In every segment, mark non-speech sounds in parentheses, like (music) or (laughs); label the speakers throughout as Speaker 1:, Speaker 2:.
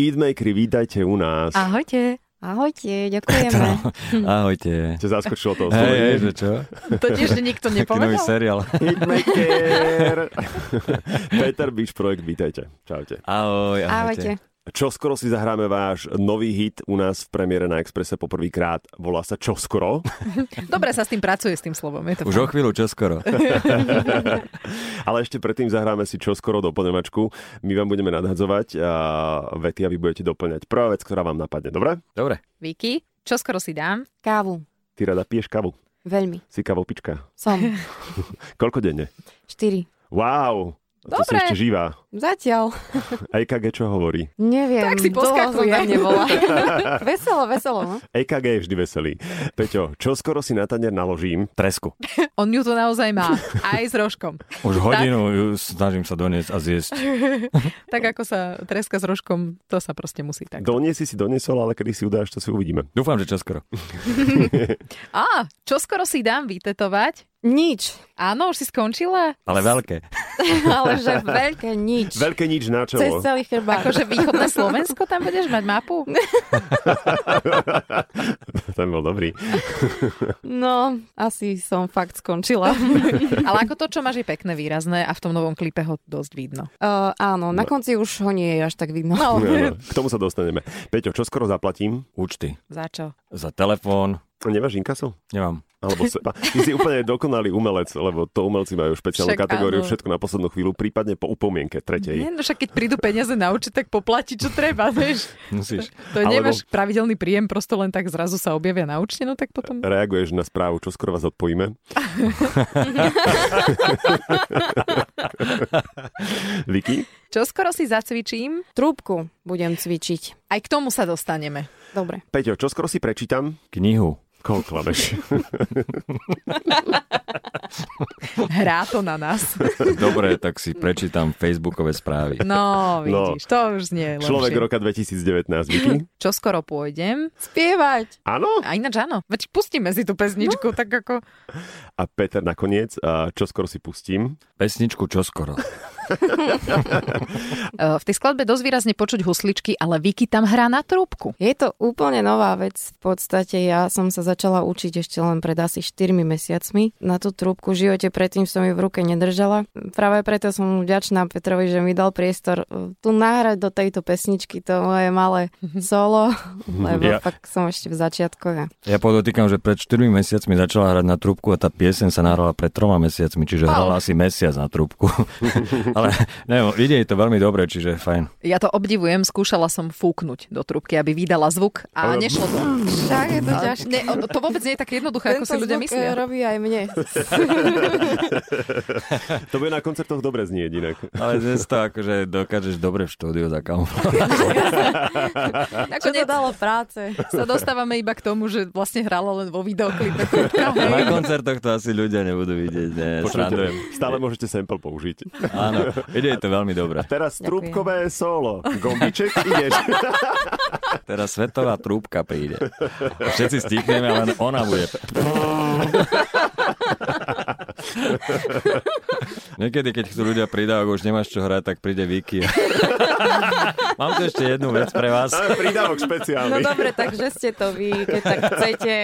Speaker 1: Heatmakery, vítajte u nás.
Speaker 2: Ahojte.
Speaker 3: Ahojte, ďakujeme.
Speaker 4: Ahojte.
Speaker 1: Čo zaskočilo to
Speaker 4: Hej, hej,
Speaker 1: oslovenie?
Speaker 4: že čo?
Speaker 2: To tiež nikto
Speaker 4: Taký nový
Speaker 2: nepovedal.
Speaker 4: seriál.
Speaker 1: Hitmaker! (laughs) Peter Biš Projekt, vítajte. Čaute.
Speaker 4: Ahoj, ahojte.
Speaker 3: Ahojte.
Speaker 1: Čo skoro si zahráme váš nový hit u nás v premiére na Expresse poprvýkrát. Volá sa Čo skoro?
Speaker 2: Dobre sa s tým pracuje, s tým slovom. Je to
Speaker 4: Už o chvíľu, čoskoro.
Speaker 1: Ale ešte predtým zahráme si Čo skoro doplňovačku. My vám budeme nadhadzovať a vety a vy budete doplňať. Prvá vec, ktorá vám napadne, dobre?
Speaker 4: (laughs) Dobre.
Speaker 2: Vicky, čo skoro si dám?
Speaker 3: Kávu.
Speaker 1: Ty rada piješ kavu.
Speaker 3: Veľmi.
Speaker 1: Si kavopička.
Speaker 3: Som.
Speaker 1: Koľko denne?
Speaker 3: 4.
Speaker 1: Wow! To si
Speaker 2: Dobre.
Speaker 1: ešte živá.
Speaker 3: Zatiaľ.
Speaker 1: EKG čo hovorí?
Speaker 3: Neviem.
Speaker 2: Tak si poskakuje.
Speaker 3: Dlho nebola. veselo, veselo. No?
Speaker 1: EKG E je vždy veselý. Peťo, čo skoro si na tanier naložím?
Speaker 4: Tresku.
Speaker 2: On ju to naozaj má. Aj s rožkom.
Speaker 4: Už hodinu ju snažím sa doniesť a zjesť.
Speaker 2: Tak ako sa treska s rožkom, to sa proste musí tak.
Speaker 1: Doniesi si doniesol, ale kedy si udáš, to si uvidíme.
Speaker 4: Dúfam, že čoskoro.
Speaker 2: Á, čo skoro si dám vytetovať?
Speaker 3: Nič.
Speaker 2: Áno, už si skončila?
Speaker 4: Ale veľké.
Speaker 3: (laughs) Ale že veľké nič.
Speaker 1: Veľké nič na
Speaker 3: Cez
Speaker 1: čelo.
Speaker 3: celý chrbát.
Speaker 2: Akože východné Slovensko, tam budeš mať (laughs) mapu?
Speaker 1: (laughs) Ten bol dobrý.
Speaker 3: No, asi som fakt (laughs) skončila.
Speaker 2: Ale ako to, čo máš, je pekné, výrazné a v tom novom klipe ho dosť vidno.
Speaker 3: Uh, áno, na konci už ho nie je až tak vidno.
Speaker 1: (laughs)
Speaker 2: No,
Speaker 1: Áno, K tomu sa dostaneme. Peťo, čo skoro zaplatím?
Speaker 4: Účty.
Speaker 2: za čo?
Speaker 4: Za telefón.
Speaker 1: Nemáš inkaso?
Speaker 4: Nemám.
Speaker 1: Alebo seba. Ty si úplne dokonalý umelec, lebo to umelci majú špeciálnu
Speaker 2: Však
Speaker 1: kategóriu,
Speaker 2: áno.
Speaker 1: všetko na poslednú chvíľu, prípadne po upomienke tretej.
Speaker 2: Nie, no však keď prídu peniaze na účet, tak poplatí, čo treba, vieš.
Speaker 4: Musíš.
Speaker 2: To
Speaker 1: Alebo-
Speaker 2: nemáš pravidelný príjem, prosto len tak zrazu sa objavia na účte, no tak potom...
Speaker 1: Reaguješ na správu, čo skoro vás
Speaker 2: (laughs)
Speaker 1: odpojíme. Vicky?
Speaker 2: Čo skoro si zacvičím,
Speaker 3: Trúbku budem cvičiť.
Speaker 2: aj k tomu sa dostaneme.
Speaker 3: Dobre.
Speaker 1: Peťo, čo skoro si prečítam?
Speaker 4: Knihu.
Speaker 1: Koľko klameš?
Speaker 2: Hrá to na nás.
Speaker 4: Dobre, tak si prečítam Facebookové správy.
Speaker 1: No.
Speaker 2: No, vidíš, to už znie lepšie.
Speaker 1: Človek roka 2019,
Speaker 3: (laughs)
Speaker 1: Vicky.
Speaker 2: Čo skoro pôjdem.
Speaker 3: Spievať.
Speaker 1: Áno.
Speaker 2: A ináč áno, veď pustíme si tú pesničku, tak ako...
Speaker 1: A Peter nakoniec, a čo skoro si pustím.
Speaker 4: Pesničku čoskoro.
Speaker 2: E, V tej skladbe dosť výrazne počuť husličky, ale Vicky tam hrá na trúbku.
Speaker 3: Je to úplne nová vec. V podstate ja som sa začala učiť ešte len pred asi 4 mesiacmi. Na tú trúbku v živote predtým som ju v ruke nedržala. Práve preto som vďačná Petrovi, že mi dal priestor eh, tu náhrať do tejto pesničky to moje malé
Speaker 2: Mhm.
Speaker 3: solo, lebo
Speaker 1: Ja-
Speaker 3: ja. fakt som ešte v začiatkoch. a-
Speaker 4: Ja podotýkam, že pred 4 mesiacmi začala hrať na trúbku a tá pieseň sa nahrala pred troma mesiacmi, čiže hrala asi mesiac na trúbku. (laughs) Ale neviem, ide jej to veľmi dobre, čiže fajn.
Speaker 2: Ja to obdivujem, skúšala som fúknuť do trúbky, aby vydala zvuk a
Speaker 1: Ale-
Speaker 2: nešlo to.
Speaker 3: Však je to ťažké.
Speaker 2: Ne, o- to vôbec nie je tak jednoduché, ako si ľudia
Speaker 3: zvuk, eh,
Speaker 2: myslia.
Speaker 3: robí aj (laughs) mne.
Speaker 1: To bude na koncertoch dobre znieť inak.
Speaker 4: Ale dnes to akože dokážeš dobre v štúdiu zakamuflovať.
Speaker 3: Čo to
Speaker 2: Nakoniec
Speaker 3: dalo práce?
Speaker 2: sa dostávame iba k tomu, že vlastne hrala len vo videoklipe.
Speaker 4: Na koncertoch to asi ľudia nebudú vidieť. Ne, srandujem.
Speaker 1: Počujete, stále môžete sample použiť.
Speaker 4: Áno, ide jej to veľmi dobre.
Speaker 1: Teraz
Speaker 3: Ďakujem.
Speaker 1: trúbkové solo. (laughs) Gombiček, ideš.
Speaker 4: Teraz svetová trúbka príde. Všetci stíkneme, len ona bude. Niekedy, keď chcú ľudia pridávok, už nemáš čo hrať, tak príde Viki. Mám tu ešte jednu vec pre vás.
Speaker 1: Ale Prídavok
Speaker 3: No
Speaker 1: špeciálny.
Speaker 3: dobre, takže ste to vy, keď tak chcete.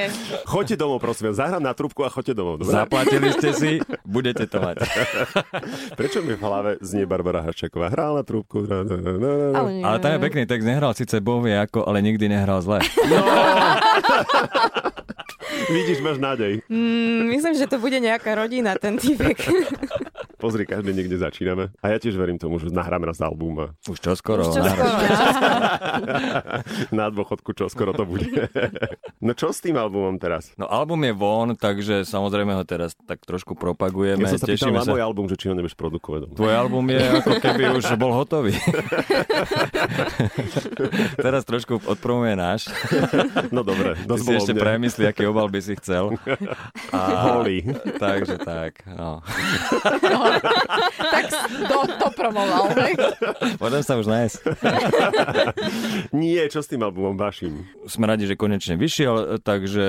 Speaker 1: Choďte domov, prosím vás. Zahrám na trúbku a choďte domov. Dobre?
Speaker 4: Zaplatili ste si, budete to mať.
Speaker 1: Prečo mi v hlave znie Barbara Haščaková? Hrala na trúbku. na, na, na, na, na.
Speaker 3: Ale, nie.
Speaker 4: Ale tam je pekný text, nehral síce Boh vie ako, ale nikdy nehral zle.
Speaker 1: Vidíš, máš nádej.
Speaker 3: Mm, myslím, že to bude nejaká rodina, ten typek.
Speaker 1: Pozri, každý niekde začíname. A ja tiež verím tomu, že nahráme raz album a
Speaker 4: Už čo skoro.
Speaker 3: Čo
Speaker 4: nahral.
Speaker 3: skoro.
Speaker 1: na dôchodku čo skoro to
Speaker 3: (laughs)
Speaker 1: bude. No čo s tým albumom teraz?
Speaker 4: No album je von, takže samozrejme ho teraz tak trošku propagujeme.
Speaker 1: Ja som sa pýtal
Speaker 4: Tešíme
Speaker 1: na
Speaker 4: sa.
Speaker 1: môj album, že či ho nebudeš produkovať.
Speaker 4: Tvoj album je ako keby už bol hotový.
Speaker 1: (laughs)
Speaker 4: Teraz trošku odpromuje náš.
Speaker 1: No dobre,
Speaker 4: Ty
Speaker 1: dosť
Speaker 4: si
Speaker 1: bolo
Speaker 4: ešte
Speaker 1: mne.
Speaker 4: premyslí,
Speaker 1: (laughs)
Speaker 4: aký obal by si chcel. A,
Speaker 1: Holý.
Speaker 4: takže tak. No.
Speaker 2: promoval. tak to, to promoval. hej?
Speaker 4: Môžem sa už nájsť.
Speaker 1: Nie, čo s tým albumom vašim?
Speaker 4: Sme radi, že konečne vyšiel, takže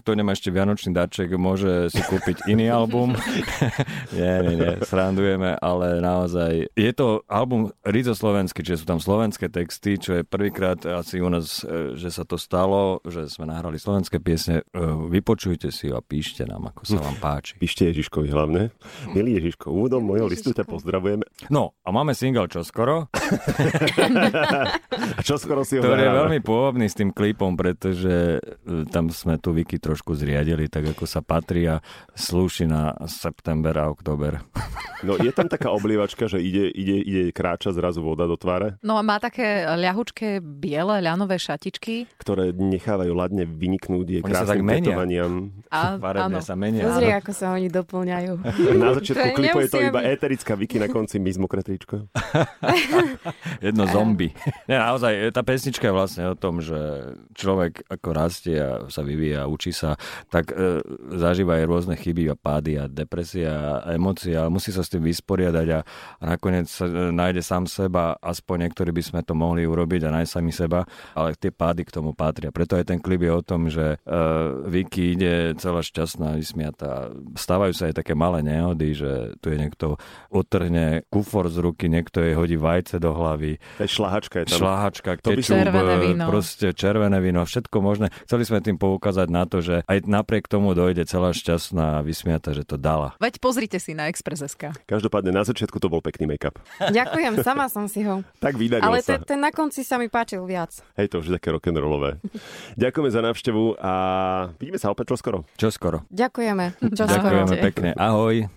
Speaker 4: kto nemá ešte vianočný darček, môže si kúpiť iný album. nie, nie, nie, srandujeme, ale naozaj je to album rizo slovenský, čiže sú tam slovenské texty, čo je prvýkrát asi u nás, e, že sa to stalo, že sme nahrali slovenské piesne. E, Vypočujte si ju a píšte nám, ako sa vám páči.
Speaker 1: Píšte Ježiškovi hlavne. Milý Ježiško, úvodom mojho listu ťa pozdravujeme.
Speaker 4: No, a máme single čoskoro,
Speaker 1: A čo skoro si ho
Speaker 4: ktorý je
Speaker 1: nahráme?
Speaker 4: veľmi pôvodný s tým klipom, pretože e, tam sme tu Viki trošku zriadili, tak ako sa patrí a slúši na september a október.
Speaker 1: No je tam taká oblievačka, že ide, ide, ide kráča zrazu voda do tváre,
Speaker 2: No a má také ľahučké biele ľanové šatičky.
Speaker 1: ktoré nechávajú ladne vyniknúť jej
Speaker 4: Oni sa tak
Speaker 1: krásnym
Speaker 4: menia.
Speaker 1: tetovaniam.
Speaker 2: A, áno.
Speaker 4: Farebne sa menia.
Speaker 3: Pozri, ako sa oni doplňajú.
Speaker 1: Na
Speaker 3: To
Speaker 1: začiatku
Speaker 3: je-
Speaker 1: klipu je to
Speaker 3: nemusia
Speaker 1: iba
Speaker 3: byť.
Speaker 1: éterická Viki, na konci my mokretričko.
Speaker 4: Jedno zombie. Nie, naozaj, e, tá pesnička je vlastne o tom, že človek ako rastie a sa vyvíja, učí sa, tak e, zažíva aj rôzne chyby a pády a depresia a emócie, ale musí sa s tým vysporiadať a, a nakoniec sa, e, nájde sám seba, aspoň niektorí by sme to mohli urobiť a nájsť sami seba, ale tie pády k tomu patria. Preto aj ten klip je o tom, že e, Vicky ide celá šťastná, vysmiatá. Stávajú sa aj také malé nehody, že tu je niekto otrhne kufor z ruky, niekto jej hodí vajce do hlavy,
Speaker 1: To je šlahačka je tam.
Speaker 4: šláhačka,
Speaker 1: To by-
Speaker 4: kečup,
Speaker 2: Červené
Speaker 4: e,
Speaker 2: víno.
Speaker 4: proste červené víno, všetko možné. Chceli sme tým poukázať na to, že aj napriek tomu dojde celá šťastná a vysmiata, že to dala.
Speaker 2: Veď pozrite si na Express.sk.
Speaker 1: Každopádne na začiatku to bol pekný make-up.
Speaker 3: Ďakujem, sama som si ho.
Speaker 1: Tak vydaril
Speaker 3: Ale
Speaker 1: sa.
Speaker 3: ten, ten na konci sa mi páčil viac.
Speaker 1: Hej, to už je také rock'n'rollové. Ďakujeme za návštevu a vidíme sa opäť čoskoro.
Speaker 4: Čo skoro?
Speaker 3: Ďakujeme. Čo skoro.
Speaker 4: Ďakujeme pekne. Ahoj.